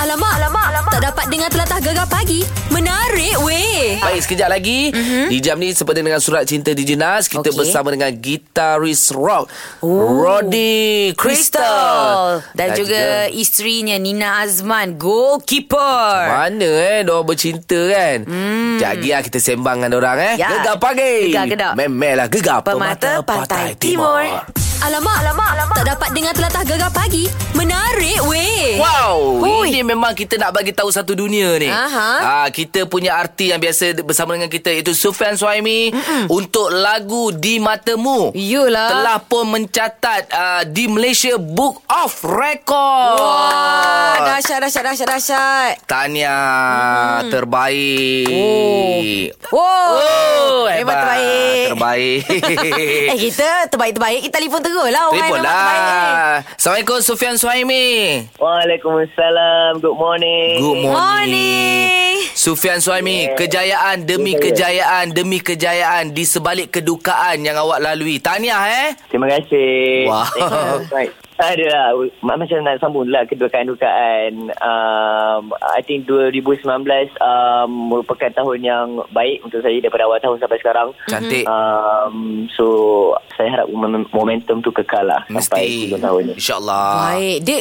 alamak, alamak, alamak. Tak dapat dengar telatah gegar pagi. Menarik weh. Baik, sekejap lagi. Mm-hmm. Di jam ni seperti dengan surat cinta dijenas, kita Mhm. Okey. okay. bersama dengan gitaris rock, Ooh. Rodi Crystal. Dan, juga, isterinya Nina Azman Goalkeeper Mana eh Diorang bercinta kan hmm. Sekejap lagi lah Kita sembang dengan orang eh Ya. Gegar pagi Gegar Kedah. Memelah gegar Pemata Pantai Timur. Alamak, alamak, alamak. Tak dapat dengar telatah gegar pagi. Menarik weh. Wow, Hui. ini memang kita nak bagi tahu satu dunia ni. Aha. Ah, kita punya arti yang biasa de- bersama dengan kita iaitu Sufyan Suhaimi untuk lagu Di Matamu. Iyalah. Telah pun mencatat uh, di Malaysia Book of Record. Wah Dahsyat dahsyat dahsyat dahsyat Tahniah hmm. terbaik. Wow Oh, Memang hebat. Oh. terbaik Terbaik. Eh kita terbaik-terbaik Kita telefon terus lah orang Telefon yang memang terbaik. eh. lah. Assalamualaikum Sufyan Suhaimi. Waalaikumsalam. Good morning. Good morning. Morning. Sufian Suhaimi, yeah. kejayaan demi kejayaan demi kejayaan di sebalik kedukaan yang awak lalui. Tahniah eh. Terima kasih. Wow. Thank you. Adalah ma- Macam nak sambung lah Kedukaan-dukaan um, I think 2019 um, Merupakan tahun yang Baik untuk saya Daripada awal tahun sampai sekarang Cantik. um, So Saya harap mom- momentum tu kekal lah Sampai Mesti. 3 tahun ni InsyaAllah. Baik Dia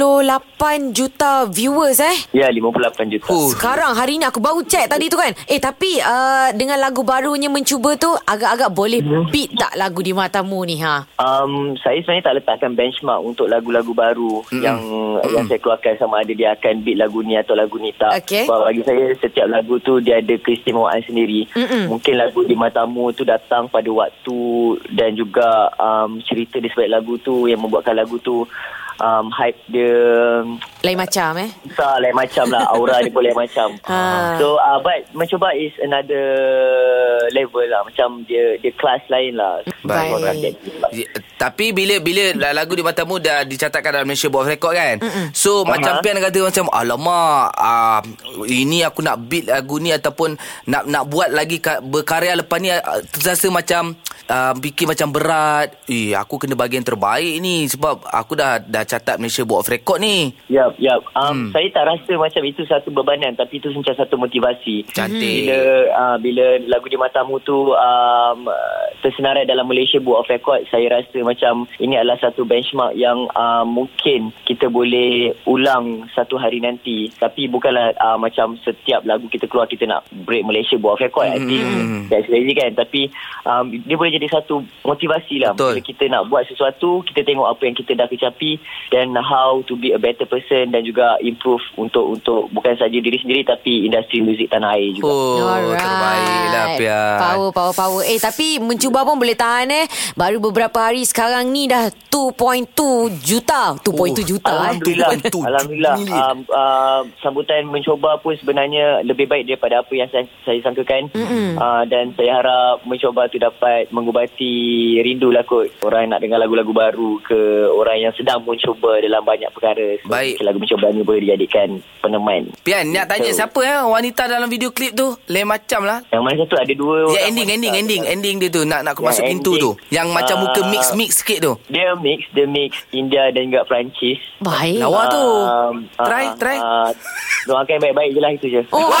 58 juta viewers eh Ya 58 juta Huh. Sekarang hari ni aku baru check tadi tu kan Eh tapi uh, dengan lagu barunya mencuba tu Agak-agak boleh beat tak lagu di matamu ni ha Um, saya sebenarnya tak letakkan benchmark untuk lagu-lagu baru mm. yang mm. yang saya keluarkan sama ada dia akan beat lagu ni atau lagu ni tak. Okey. Sebab bagi saya setiap lagu tu dia ada keistimewaan sendiri. Mm-mm. Mungkin lagu di matamu tu datang pada waktu dan juga um, cerita di sebalik lagu tu yang membuatkan lagu tu um, hype dia Lain macam eh besar lain macam lah aura dia pun lain macam Ha. so uh, but mencuba is another level lah macam dia dia kelas lain lah Baik. Orang rakyat. Ya, Tapi bila bila la- lagu di matamu dah dicatatkan dalam Malaysia Box Record kan. Mm-mm. So uh-huh. macam pian kata macam alamak uh, ini aku nak beat lagu ni ataupun nak nak buat lagi ka- berkarya lepas ni uh, terasa macam uh, fikir macam berat. Eh aku kena bagian terbaik ni sebab aku dah dah catat Malaysia Box Record ni. Yap, yap. Um, hmm. Saya tak rasa macam itu satu bebanan tapi itu macam satu motivasi. Cantik. Bila uh, bila lagu di matamu tu um, uh, tersenarai dalam Malaysia Book of Record, saya rasa macam ini adalah satu benchmark yang uh, mungkin kita boleh ulang satu hari nanti. Tapi bukanlah uh, macam setiap lagu kita keluar kita nak break Malaysia Book of Record. Hmm. I think that's crazy kan. Tapi um, dia boleh jadi satu motivasi lah. Betul. Bila kita nak buat sesuatu, kita tengok apa yang kita dah kecapi dan how to be a better person dan juga improve untuk untuk bukan saja diri sendiri tapi industri muzik tanah air juga. Oh. Oh terbaik lah pian. Power power power Eh tapi mencuba pun boleh tahan eh Baru beberapa hari sekarang ni dah 2.2 juta 2.2 Oh, juta eh Alhamdulillah. Itu pun tu, Alhamdulillah. million. Um, uh, sambutan mencuba pun sebenarnya lebih baik daripada apa yang saya, saya sangkakan. Mm-hmm. Uh, dan saya harap mencuba tu dapat mengubati rindu lah kot. Orang yang nak dengar lagu-lagu baru ke orang yang sedang mencuba dalam banyak perkara. So, Baik. mungkin Lagu mencuba ni boleh dijadikan peneman. Pian nak tanya Betul. siapa eh wanita dalam video klip tu? Lain macam lah. Yang mana satu ada dua Ya ending orang lah, wanita. ending ending ending dia tu nak nak aku Ya, masuk pintu tu ending. yang macam Ah. muka mix mix sikit tu. Dia mix, dia mix India dan juga Perancis. Baik Lawa tu. Um, Try ah, try. ah, doakan baik-baik je lah itu je. Oh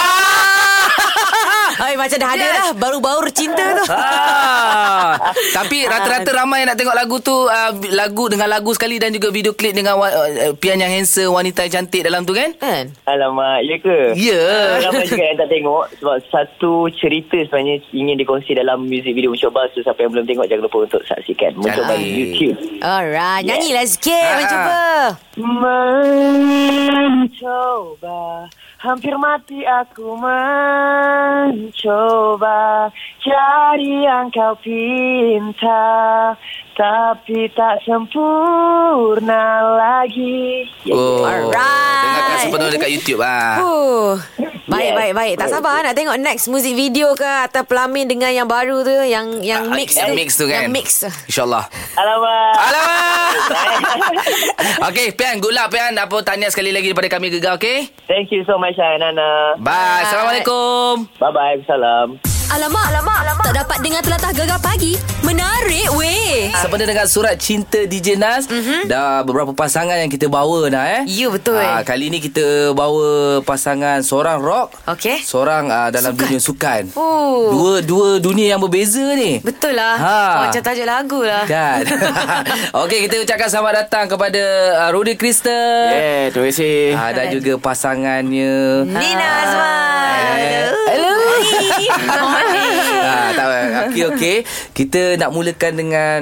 Hai, macam dah ada lah Baru-baru cinta tu Ah. Ha. Tapi rata-rata ramai yang nak tengok lagu tu uh, lagu dengan lagu sekali dan juga video klip dengan wa- uh, pian yang handsome wanita yang cantik dalam tu kan? Kan Alamak, ya ke? Ya. Ah, Ramai juga yang tak tengok sebab satu cerita sebenarnya ingin dikongsi dalam music video Mencoba. So, siapa yang belum tengok jangan lupa untuk saksikan. Mencoba Cantik. YouTube. Alright Nyanyilah sikit Ah. Mencuba Mencoba Hampir mati aku mencoba Cari yang kau pinta Tapi tak sempurna lagi Oh. Alright. Dengarkan sepenuh dekat YouTube ah. Huh. Baik, Yes. baik, baik. Tak sabar nak tengok next music video ke atau pelamin dengan yang baru tu yang yang Ah, mix yang tu. mix tu kan. Yang mix. Insyaallah. Alamak Alamak. okay, Pian, good luck Pian. Apa tahniah sekali lagi daripada kami Gegar, okay? Thank you so much Nana Bye. Assalamualaikum. Bye bye Salam Alamak, alamak, alamak. Tak dapat dengar telatah gegar pagi. Menarik weh. Sebenarnya dengan surat cinta DJ Nas mm-hmm. Dah beberapa pasangan yang kita bawa dah eh Mhm. Ya, betul. Ah, Kali ni kita bawa pasangan seorang rock Okey. Seorang ah, dalam sukan. dunia sukan Oh. Dua dua dunia yang berbeza ni Betul lah. Ha. Oh, macam tajuk lagu lah. Kan Okey kita ucapkan selamat datang kepada uh, Rudy Kristen Yeah, Eh, terima kasih. Ah, dan juga pasangannya Nina Azman. Ah. Hello. ah, tak apa. Okey okey. Kita nak mulakan dengan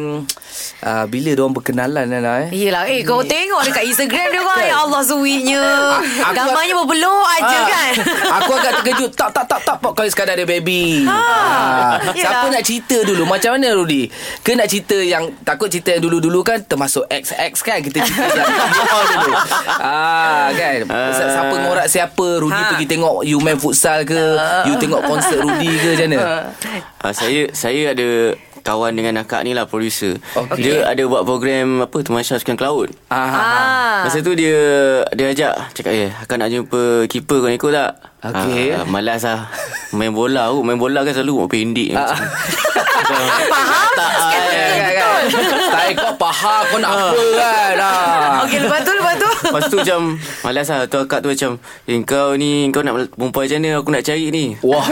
ah, bila diorang berkenalan Nana eh. Yelah Eh kau tengok dekat Instagram dia orang Ya Allah suwinya aku- Gambarnya berbelok aja kan Ah. Aku agak terkejut Tak tak tak tak pop Kalau sekadar dia baby ha, yelah. Siapa nak cerita dulu Macam mana Rudy Ke nak cerita yang Takut cerita yang dulu-dulu kan Termasuk XX kan Kita cerita yang all dulu ha, Kan Si- Siapa ngorak siapa Rudy Ha. pergi tengok You main futsal ke You tengok konsert Rudy ke Macam mana Uh, saya saya ada kawan dengan akak ni lah producer. Okey. Dia ada buat program apa Temasya Sukan Cloud. ha, ha, ha. Ah. Masa tu dia dia ajak cakap eh akak nak jumpa keeper kau nak ikut tak? Okey. Ah, malas lah Main bola aku Main bola kan selalu pendek Ah. macam. Faham Tak, kan, kan, kan. Tak, kau faham kau nak apa kan Ah. Okey lepas tu Lepas tu Lepas tu macam Malas lah Tu akak tu macam Eh kau ni Kau nak perempuan macam mana Aku nak cari ni Wah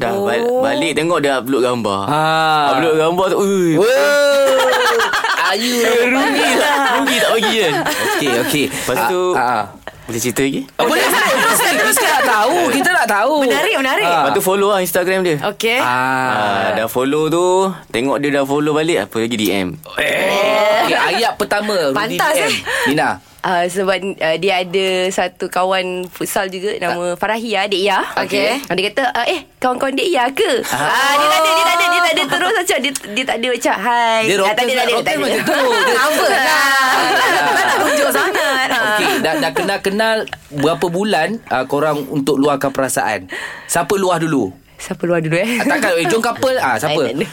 Dah oh. balik, balik tengok Dia upload gambar Ah. Upload gambar tu Ui Wow. Ayu Rugi lah Rugi tak bagi kan Okey, okey. Lepas tu Ah, ah. Boleh cerita lagi Ah, boleh boleh boleh. Kita nak tahu, kita nak tahu. Menarik menarik Lepas tu follow lah Instagram dia Okey Ah. Ah, dah follow tu Tengok dia dah follow balik Apa lagi DM Okey, Ah. Eh, ayat pertama Rudy Pantas, DM. eh. Nina. Uh, sebab uh, dia ada satu kawan futsal juga Ah. nama Farahia Dek Ia. Okey. Dia kata uh, eh kawan-kawan Dek Ia ke? Ah uh, dia tak ada dia tak ada dia tak ada terus macam dia dia tak ada macam hai. Dia Ah, rockers lah, rockers macam tu. Dia- Apa lah Tak lah, nak tunjuk sangat Ah. Okey, dah dah kenal-kenal berapa bulan uh, korang untuk luahkan perasaan? Siapa luah dulu? Siapa luar dulu eh? Ah, Takkan eh, jom couple ah siapa? Lain, lain.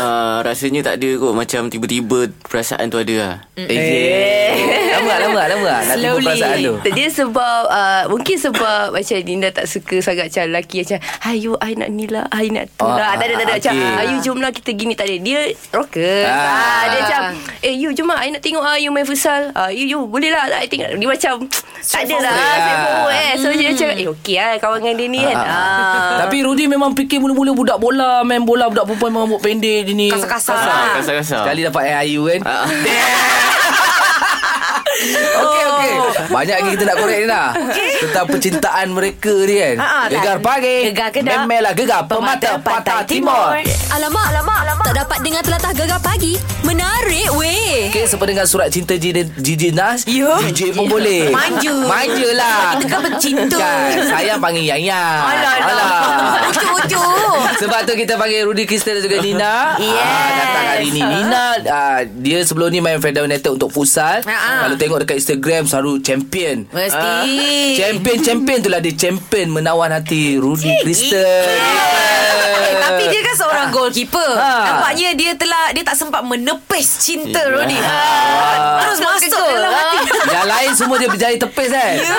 Ah, Rasanya tak ada kot Macam tiba-tiba Perasaan tu ada lah Eh. Lama tak, lama tak, lama tak nak timbul perasaan tu. Dia sebab uh, Mungkin sebab Macam Dinda tak suka sangat Macam lelaki Macam Ayu I nak ni lah I nak tu Ah, lah Tak ada tak ada ah, Macam okey. Ayu jom lah kita gini Tak ada Dia rocker Ah. ah. Dia macam Eh you jom lah I nak tengok ah, You main futsal ah, You you boleh lah I tengok Dia macam Tak ada lah Straightforward. Straightforward Ah. eh So dia macam Eh okay lah Kawan dengan dia ni kan Ah. Tapi Rudy memang fikir mula-mula budak bola, main bola budak perempuan memang rambut pendek dia ni. Kasar-kasar. Kasar, kasar-kasar. Sekali dapat air ayu kan. Okey okey. Oh. Banyak lagi kita nak korek ni dah. Tentang percintaan mereka ni kan. Ha, ha, gegar kan? pagi. Gegar Kedah. Memelah gegar pemata Pemata Pantai Pantai Timur. Timur. Alamak, alamak, alamak. Tak dapat dengar telatah gegar pagi. Menarik weh. Okey, seperti dengan surat cinta Gigi, Gigi Nas Ya. Gigi pun boleh Manja. Manja lah Kita kan bercinta. kan, Saya panggil Yang Yang Alah alah Ucuk-ucuk Sebab tu kita panggil Rudy Kristen dan juga Nina Yes. Ah, Datang hari ni Nina ah, Dia sebelum ni main Fedah United untuk futsal Ah, ah. Kalau tengok dekat Instagram Selalu champion Mesti Champion-champion tu lah Dia champion menawan hati Rudy Kristen Eh, tapi dia kan seorang goalkeeper. Ha. Nampaknya dia telah dia tak sempat menepis cinta Ya. Rodi. Terus masuk gol. lah, dalam hati. Yang lain semua dia berjari tepis kan Ya.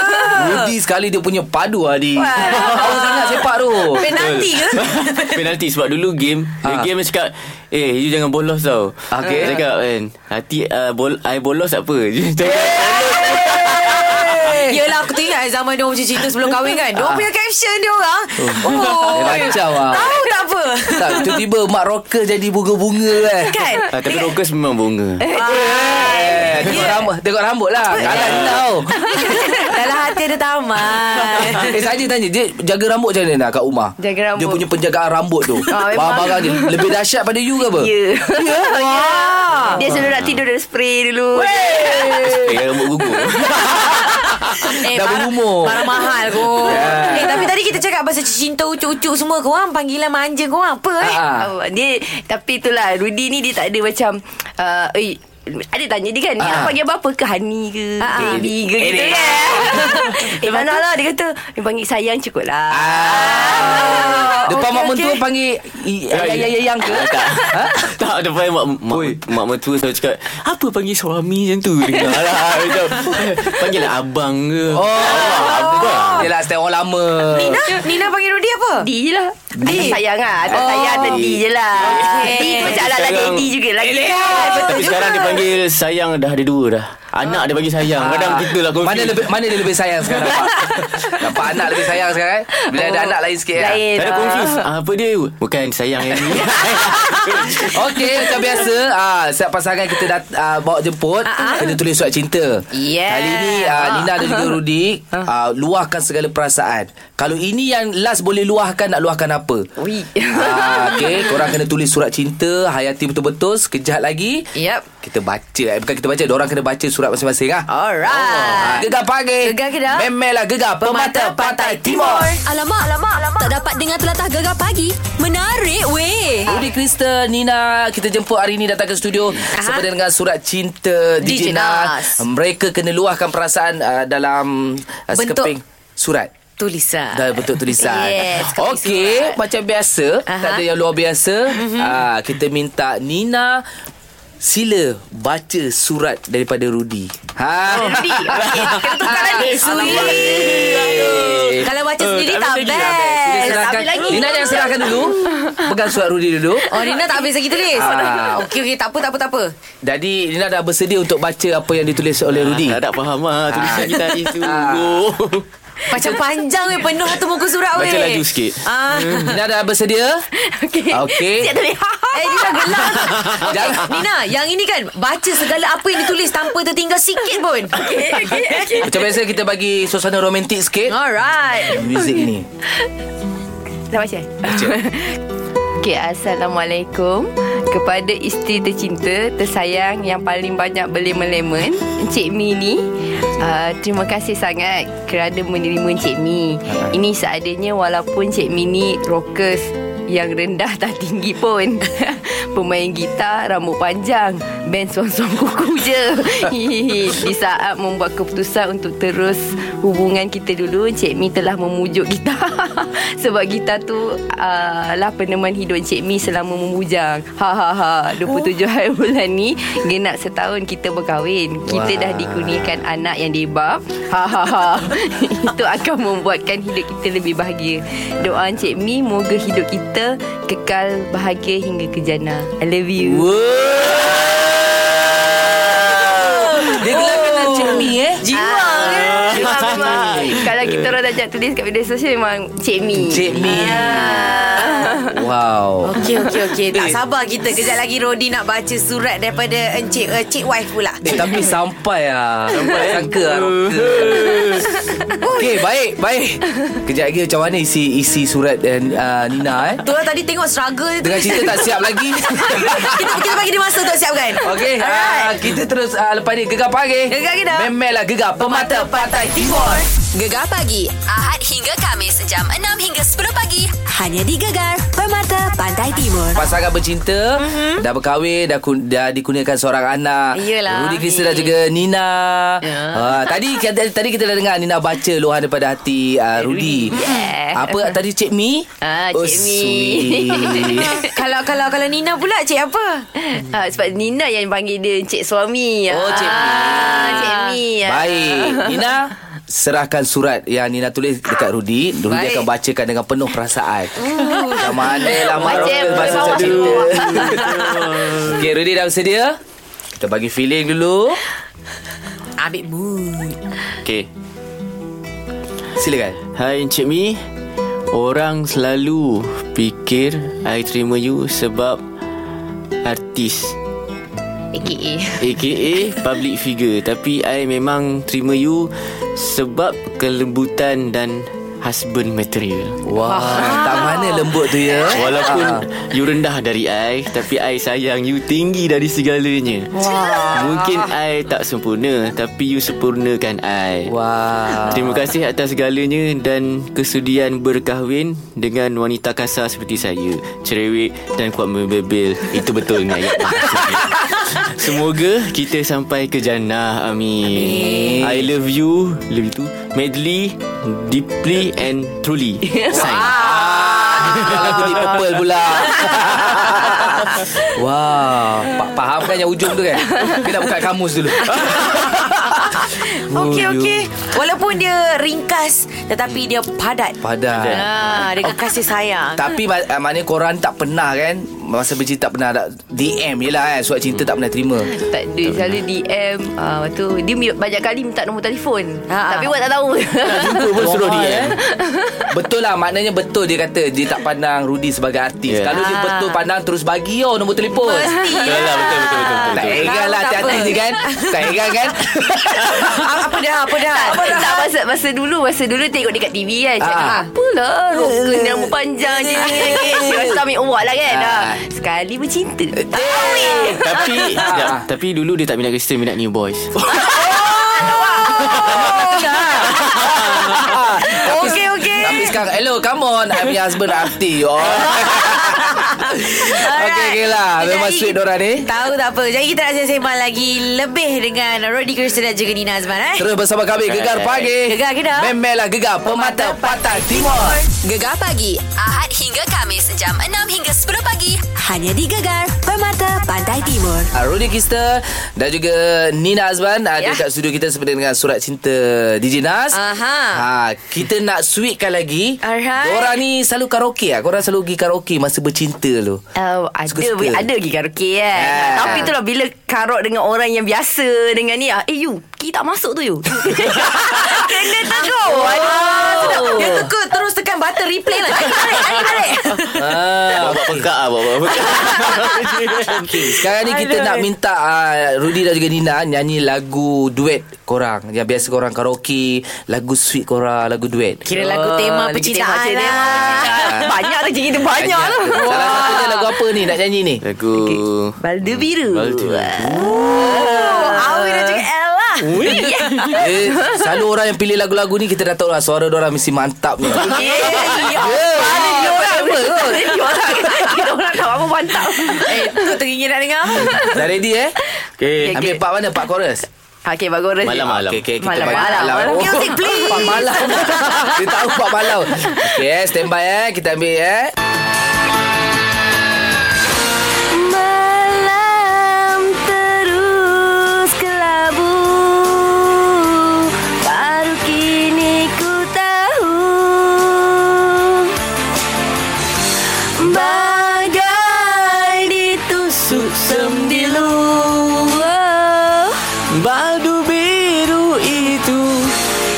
Rudy sekali dia punya padu ah, Adi Awal sangat sepak tu Penalti ke? Penalti sebab dulu game Ah. ha. Game dia cakap Eh you jangan bolos tau Okey. Dia cakap kan Hati uh, bol, I bolos tak apa Dia cakap, Yelah aku teringat zaman dia orang macam cerita sebelum kahwin kan. Dia orang punya caption dia orang. Oh. Dia kacau lah Tahu tak apa? Tak, tiba-tiba Mak Rocker jadi bunga-bunga kan Kan? ah, Tapi Rokers memang bunga Eh, Ya. Tengok rambut Tengok rambut lah Galak Nina tau Dalam hati ada taman. Eh saja tanya Dia jaga rambut macam mana nak kat rumah Jaga rambut. Dia punya penjagaan rambut tu Ah, memang. Barang-barang dia Lebih dahsyat pada you ke apa Ya Wah. Dia selalu nak tidur Dia spray dulu Eh rambut gugur Eh, Dah barang- berumur. Ya. Barang mahal kot. Eh, tapi tadi kita cakap pasal cinta ucuk-ucuk semua. Korang panggilan manja korang apa eh? Ah. Ah. Dia Tapi itulah Rudy ni dia tak ada macam uh, eh, ada tanya dia kan Ni Ah. nak panggil apa-apa ke Hani ke Ah, ah. Baby ke gitu kan Eh mana lah Dia kata Dia panggil sayang cukup lah Ah. Depan Okey, mak mentua okey. panggil i- Ayang-ayang ke Ya, Ah, Tak Tak depan mak, mak, mak mentua selalu cakap Apa panggil suami macam tu Dengar lah Macam, Panggil lah abang ke Oh Abang Yelah setiap orang lama Nina, Nina panggil Rudy apa? Di lah Atas sayang lah Atas oh. sayang Daddy je lah Daddy tu macam alat-alat Sekarang- daddy juga lagi kan Betul Tapi juga sekarang dia panggil sayang dah ada dua dah. Anak dia panggil sayang. Kadang kita lah Ah. Mana confused. lebih mana dia lebih sayang sekarang? Nampak anak lebih sayang sekarang? eh? Bila ada anak lain sikit. lah. Oh. Lain Kadang lah. confused. Ah, Apa dia? Bukan sayang yang ni. Okey macam biasa ah setiap pasangan kita dat, ah, bawa jemput uh-huh. kena tulis surat cinta. Yeah. Kali ni ah, Nina dan juga Rudy ah, luahkan segala perasaan. Kalau ini yang last boleh luahkan nak luahkan apa? Ui. Ah, Okey korang kena tulis surat cinta hayati betul-betul sekejap lagi. Yep. Kita baca eh, bukan kita baca orang kena baca surat masing-masing ah. Alright. Ah, Gegar pagi. Gegar Kedah. Memelah gegar pemata, pantai timur. Alamak, alamak, alamak. Tak dapat dengar telatah gegar pagi. Menarik weh. Rudy Kristen, Nina Kita jemput hari ini datang ke studio Aha. Seperti dengan surat cinta Dijinas Dijinas. Mereka kena luahkan perasaan uh, Dalam uh, Bentuk. sekeping surat Tulisan. Dah bentuk tulisan Yes, sekeping Okey surat. Macam biasa Aha. Tak ada yang luar biasa mm-hmm. uh, Kita minta Nina Sila baca surat daripada Rudy Ha. Oh, Rudy. Okey, Kita Ah. tukar lagi Eh, Aduh. Kalau baca sendiri tak habis lagi, tak Kita best. serahkan ambil lagi. Nina jangan serahkan dulu Pegang surat Rudy dulu Oh Nina tak habis lagi tulis Ah. Okey okey tak apa tak apa tak apa Jadi Nina dah bersedia untuk baca apa yang ditulis Eh, oleh Rudy. Tak ada faham lah. Tulisan Ah. kita tadi sungguh. Macam panjang weh Penuh tu muka surat weh Baca laju sikit. ah. Nina dah bersedia? Okey Okey. Siap tadi Eh Nina gelap tu. Okey, Jangan. Nina yang ini kan Baca segala apa yang ditulis Tanpa tertinggal sikit pun Okey, okey, okey. Macam biasa kita bagi suasana romantik sikit. Alright Muzik ni. Dah baca? Baca Okay, Assalamualaikum Kepada isteri tercinta, tersayang yang paling banyak berlemon-lemon Encik Mi ni uh, Terima kasih sangat kerana menerima Encik Mi Ini seadanya walaupun Encik Mi ni rockers yang rendah tak tinggi pun Pemain gitar rambut panjang Band suam-suam kuku je Hihihi. Di saat membuat keputusan untuk terus hubungan kita dulu Encik Mi telah memujuk kita Sebab kita tu uh, lah peneman hidup Encik Mi selama memujang Ha ha ha 27 hari bulan ni Genap setahun kita berkahwin Kita Wah. dah dikurniakan anak yang debab Ha ha ha Itu akan membuatkan hidup kita lebih bahagia Doa Encik Mi Moga hidup kita kekal bahagia hingga ke jana I love you Dia gelapkan oh. Encik Mi eh. Jiwa Jiwa memang Kalau kita orang dah ajak tulis kat media sosial Memang Encik Mi Encik Mi. Ah. Wow. Okey okey okey Tak sabar kita Kejap lagi Rodi nak baca surat Daripada Encik uh, Cik wife pula Eh, tapi sampai lah Sampai Sangka lah rocker. Okey baik Baik Kejap lagi macam mana isi isi surat uh, Nina eh Tu lah tadi tengok struggle tu Dengan cerita tak siap lagi kita, kita bagi dia masa untuk siapkan Okey uh, Kita terus uh, lepas ni Gegar pagi Gegar Kedah. Memelah gegar Pemata Pantai Timur Gegar pagi Ahad hingga Kamis jam 6 hingga 10 pagi hanya di Gegar Permata Pantai Timur. Pasangan bercinta mm-hmm. Mhm. Dah berkahwin Dah, kun, dah dikurniakan seorang anak Iyalah. Rudy Krista dan juga Nina Ya. yeah. uh, Tadi tadi kita dah dengar Nina baca luahan daripada hati uh, Rudy Yeah. Apa tadi Cik Mi? Eh, Oh, Ah, Cik Mi. sweet. Kalau kalau kalau Nina pula Cik apa Ah, sebab Nina yang panggil dia Encik Suami Oh, Encik Mi. ah, Encik Mi ah. Baik Nina Serahkan surat yang Nina tulis dekat Rudy Rudy Baik. akan bacakan dengan penuh perasaan Uh. Macam mana lah Mak Macam Rocker bahasa bawah macam tu Okay Rudy dah bersedia? Kita bagi feeling dulu Ambil mood Okay. Silakan Hai Encik Mi Orang selalu fikir I terima you sebab Artis AKA AKA public figure Tapi I memang terima you Sebab kelembutan dan husband material Wah, tak mana lembut tu ya. Walaupun you rendah dari I Tapi I sayang you tinggi dari segalanya Mungkin I tak sempurna Tapi you sempurnakan I Wah. Terima kasih atas segalanya dan kesudian berkahwin dengan wanita kasar seperti saya. Cerewet dan kuat membebel. Itu betul ni ayat. Semoga kita sampai ke jannah. Amin. I love you. Love you too. Madly, deeply and truly. Sign. Ah, lagu di purple pula. Wah, wow. fahamkan yang hujung tu kan. Kita nak buka kamus dulu. Okey okey. Walaupun dia ringkas tetapi dia padat. Padat. Ah, dengan kasih sayang. Tapi ma- ah, maknanya korang tak pernah kan Masa bercinta tak pernah ada DM je lah kan Surat cinta tak pernah terima Tak ada Selalu DM uh, Lepas tu Dia mi- banyak kali minta nombor telefon Ha, ha. Tapi awak tak tahu Jumpa pun suruh Wah, dia eh. Betul lah Maknanya betul dia kata Dia tak pandang Rudy sebagai artis yeah. Yeah. Kalau dia betul pandang Terus bagi oh nombor Ah. telefon Mesti Betul lah, betul, betul, betul, betul. Tak Tahu heran lah tak hati-hati apa. je kan Tak heran kan Ah, apa dah apa dah. Apa dah. tak masa, masa dulu Masa dulu tengok dekat TV kan Cakap Ah. Apalah Rok kena rambut panjang je Dia rasa ambil awak lah kan Ah. Ah. Sekali bercinta Tapi sekejap. Tapi dulu dia tak minat Kristen Minat New Boys Okey okey. Tapi sekarang Hello come on I'm your husband Rafti oh. Okey okay lah Jadi Memang hari sweet kita- dorang ni Tahu tak apa. Jadi kita akan sembang lagi lebih dengan Rodi Kirsten dan juga Nina Azman eh. Terus bersama kami Gegar Pagi Gegar kita. Memelah Gegar Pemata Patah Timur Gegar pagi Ahad hingga Kamis jam 6 hingga 10 pagi hanya di Gegar Permata Pantai Timur. Ah, Rudy Kista dan juga Nina Azban ada Ya. kat studio kita seperti dengan surat cinta DJ Nas. Aha. Ha, kita nak sweetkan lagi. Alright. Korang ni selalu karaoke ah. Korang selalu pergi karaoke masa bercinta tu. Uh, ada Suka-suka. ada pergi karaoke kan. Ah. Tapi itulah bila karok dengan orang yang biasa dengan ni ah, eh you, kita tak masuk tu you. Kena Ah, tegur. oh. Aduh. Dia tekuk terus tekan button replay lah. Tarik, tarik, tarik, tarik. Ah. Bawa pekak lah Bawa pekak Okay. Sekarang ni kita nak minta uh, Rudy dan juga Nina nyanyi lagu duet korang. Yang biasa korang karaoke, lagu sweet korang, lagu duet. Kira lagu tema lagu percintaan tema- tema lah. percintaan. Banyak rezeki kita banyak lah. Salah satunya lagu apa ni nak nyanyi ni? Lagu Baldu biru. Baldu biru. Oh, Awi dan juga Ella. lah." Yeah. Eh, selalu orang yang pilih lagu-lagu ni kita dah tahu lah suara orang mesti mantap ni. Eh, Yeah. Mana dia ya. orang? Mana dia orang? Kita orang tak apa mantap. Eh, tu teringin nak dengar apa? Dah ready eh? Okay Ambil okay. part mana? Part chorus? Okay, bagus. Ros. Malam, malam. Okay, okay, kita Malam, bagi malam. Oh. Music, please. Part malam. Dia tahu part malam. Okay, eh, stand by eh. Kita ambil eh. Malam terus kelabu Baru kini ku tahu Bagai ditusuk sembilu Baldu biru itu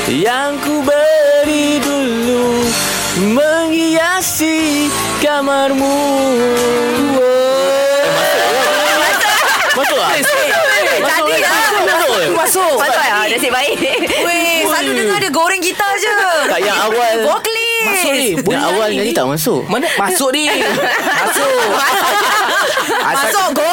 Yang ku beri dulu Menghiasi kamarmu Masuk lah Tadi lah Masuk. Masuk lah Nasib baik Weh, selalu dengar dia goreng gitar je. Tak yang awal Vocalist. Masuk ni. Boleh Yang awal nyanyi tak masuk Mana? Masuk ni. Masuk. Asal- Masuk go.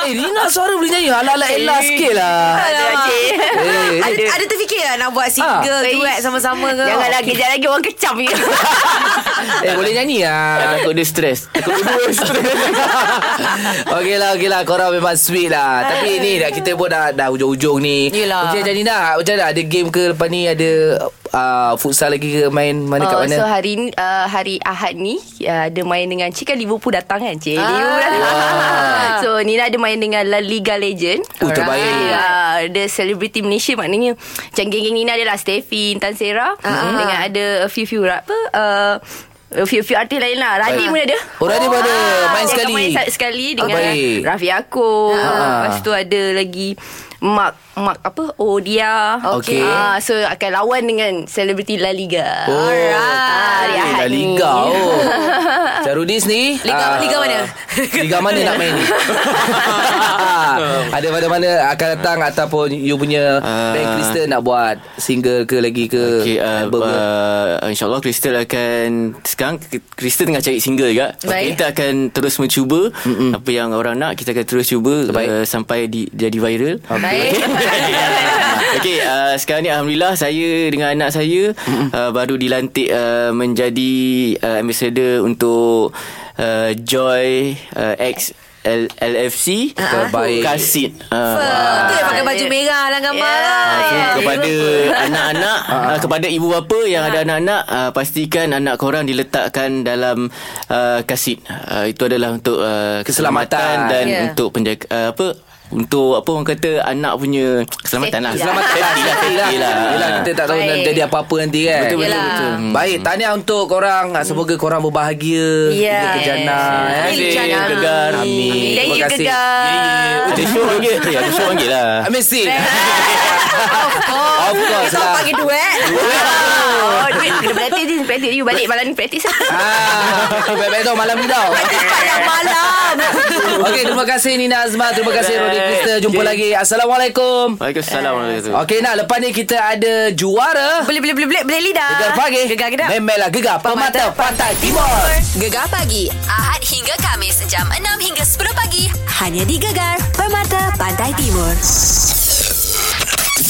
Eh, Lina suara boleh nyanyi. Alah-alah Ella sikit lah. Alamak. Eh, eh. Ada, ada terfikir lah nak buat single, Ah. duet sama-sama ke? Janganlah kejap lagi orang kecam je Eh, boleh nyanyi lah. Takut dia stres Takut dia stres Okey lah, okey lah. Korang memang sweet lah. Tapi ni dah, kita pun dah, dah hujung-hujung ni. Yelah. Macam jadi dah. Macam dah ada game ke lepas ni ada uh, futsal lagi ke main mana kat Oh, mana? So hari ni- uh, hari Ahad ni uh, Ada main dengan Cik kan Liverpool datang kan Cik ah. Liverpool datang So Nina ada main dengan La Liga Legend Oh, terbaik. uh, Dia celebrity Malaysia maknanya Macam geng-geng Nina dia lah Steffi, Intan Sera ah. Dengan ada a few-few rap apa uh, A few-few artis lain lah Radhi Baik. pun ada Oh, Radhi pun ada. Ah, Main dia akan sekali. Oh, Main sa- sekali dengan baik. Ah. Raffi Yaakob Lepas tu ada lagi Mark Mark apa Odia Okey. Ah, So akan lawan dengan Celebrity La Liga Oh, Ah, okay. hari Dah Ahad ni. Liga oh. Macam Rudy sendiri Liga- ah, liga mana? Liga mana nak main ni? Ada mana-mana akan datang Ataupun you punya Ah. Band Kristen nak buat Single ke lagi ke Okay, uh, album ke? uh, InsyaAllah Crystal akan Sekarang Crystal tengah cari single juga Baik. Kita akan terus mencuba Mm-mm. Apa yang orang nak Kita akan terus cuba uh, Sampai di, jadi viral Baik. Okay, uh, sekarang ni Alhamdulillah Saya dengan anak saya uh, Baru dilantik uh, Menjadi uh, Ambassador untuk uh, Joy uh, X L- LFC Terbaik. Kasit uh, Tu yang Ah. pakai baju merah lah gambar Ya. lah. Ah, kepada anak-anak ah, kepada ibu bapa yang ada anak-anak ah, pastikan anak korang diletakkan dalam ah, kasit Ah, itu adalah untuk ah, Keselamatan. dan Ya. untuk penjaga ah, apa untuk apa orang kata anak punya keselamatan lah. Safety Selamat Safety lah, Yelah, safety lah. yelah, kita tak tahu Baik. nak jadi apa-apa nanti kan. Betul, betul, Yelah. betul. Hmm. Baik, tahniah untuk korang. Ah, Semoga korang berbahagia. Ya. Yes. Kejana. Amin, Jana. Gegar. Amin. lah. Amin. Thank you, Terima kasih. Gegar. Ada show panggil. Eh, Ada show panggil lah. Amin Sin. Of Of course Kita orang lah. panggil duet. Oh, duit kena praktis ni, praktis you balik malam ni praktis lah. Ah, baik-baik tau malam ni tau. Pada malam. Okey, terima kasih Nina Azma. Terima kasih Bye-bye. Rodi Krista. Jumpa Okay. lagi. Assalamualaikum. Waalaikumsalam. warahmatullahi wabarakatuh. Okey, nak lepas ni kita ada juara. Boleh boleh boleh boleh boleh lidah. Gegar pagi. Gegar gedap. Memelah gegar pemata pantai timur. Gegar pagi Ahad hingga Kamis jam 6 hingga 10 pagi hanya di Gegar Permata Pantai Timur.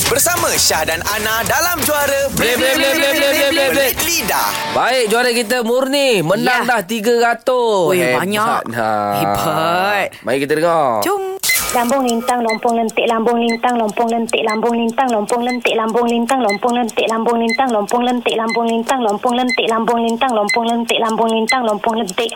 Bersama Syah dan Ana dalam juara Bleh, bleh, bleh, bleh, bleh, bleh, bleh, bleh. Belit Lidah. Baik, juara kita Murni. Menang Ya. dah 300. Oi, Hebat. banyak. Hebat. Mari kita dengar. Jom. Lambung lintang, lompong lentik, lambung lintang, lompong lentik, lambung lintang, lompong lentik, lambung lintang, lompong lentik, lambung lintang, lompong lentik, lambung lintang, lompong lentik, lambung lintang, lompong lentik, lambung lintang, lompong lentik.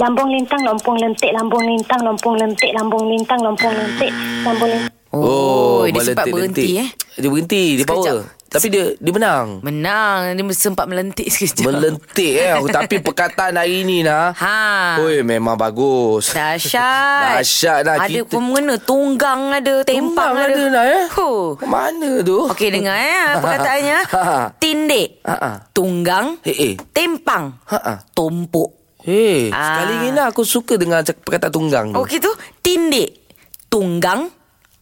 Lambung lintang, lompong lentik, lambung lintang, lompong lentik, lambung lintang, lompong lentik, lambung lentik. Oh, dia bola sempat lentik, berhenti lentik. eh. Dia berhenti, dia Sekejap. power. Tapi dia dia menang. Menang Dia sempat melentik sekejap Melentik eh aku Tapi perkataan hari ni nah Ha. Oi memang bagus Dahsyat Dahsyat lah Ada kita. kita. mengena Tunggang ada Tempang ada, Tumbang ada lah eh Huh. Mana tu Okey dengar eh Perkataannya Tindik Ha, ha. Tunggang Eh eh Tempang Ha, ha. Tumpuk Hey, Ah. sekali ni lah aku suka dengan cak- perkataan tunggang tu. Okey tu Tindik Oh, Tunggang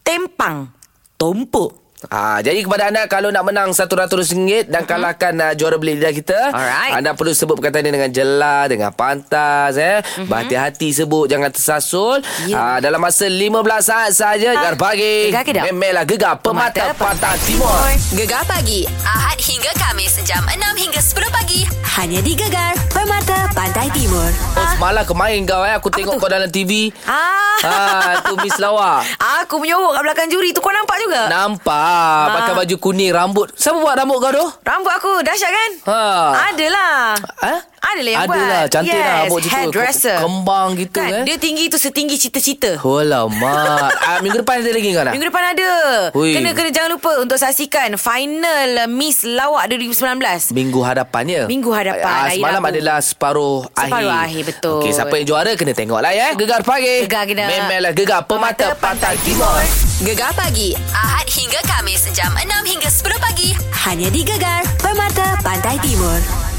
Tempang Tumpuk Ah, jadi kepada anda kalau nak menang RM100 dan kalahkan uh, juara beli lidah kita, Mm-hmm. Alright. anda perlu sebut perkataan ini dengan jelas, dengan pantas eh. Berhati-hati sebut, jangan tersasul. Mm-hmm. Ya. Ah, dalam masa 15 saat Ah, saja gegar pagi. gegar kedap. Memelah gegar pemata, Pemata pantai timur. Gegar pagi Ahad hingga Kamis jam 6 hingga 10 pagi hanya di Gegar Permata Pantai Timur. Oh, semalam kemarin kau eh aku tengok tu? kau dalam TV. Ah. Ah, tu Miss Lawak. Aku menyorok kat belakang juri tu Kau nampak juga Nampak pakai Ah. baju kuning rambut. Siapa buat rambut kau tu? Rambut aku dahsyat kan Ha. Adalah Ha? Adalah yang buat Adalah, cantik yes. lah rambut macam tu. Hairdresser Kembang gitu, eh. Kan, Dia tinggi tu setinggi cita-cita Oh lama. ah, minggu depan ada lagi kau nak? Minggu depan ada Hui. Kena kena jangan lupa Untuk saksikan Final uh, Miss Lawak 2019 Minggu hadapannya. Minggu hadapan, Ah, hari semalam Rabu. adalah separuh, Separuh akhir. akhir, betul. Okey, siapa yang juara kena tengok lah ya. Gegar pagi. Gegar kita. Memelah gegar pemata pantai timur. Gegar pagi Ahad hingga Kamis jam 6 hingga 10 pagi hanya di Gegar Permata Pantai Timur.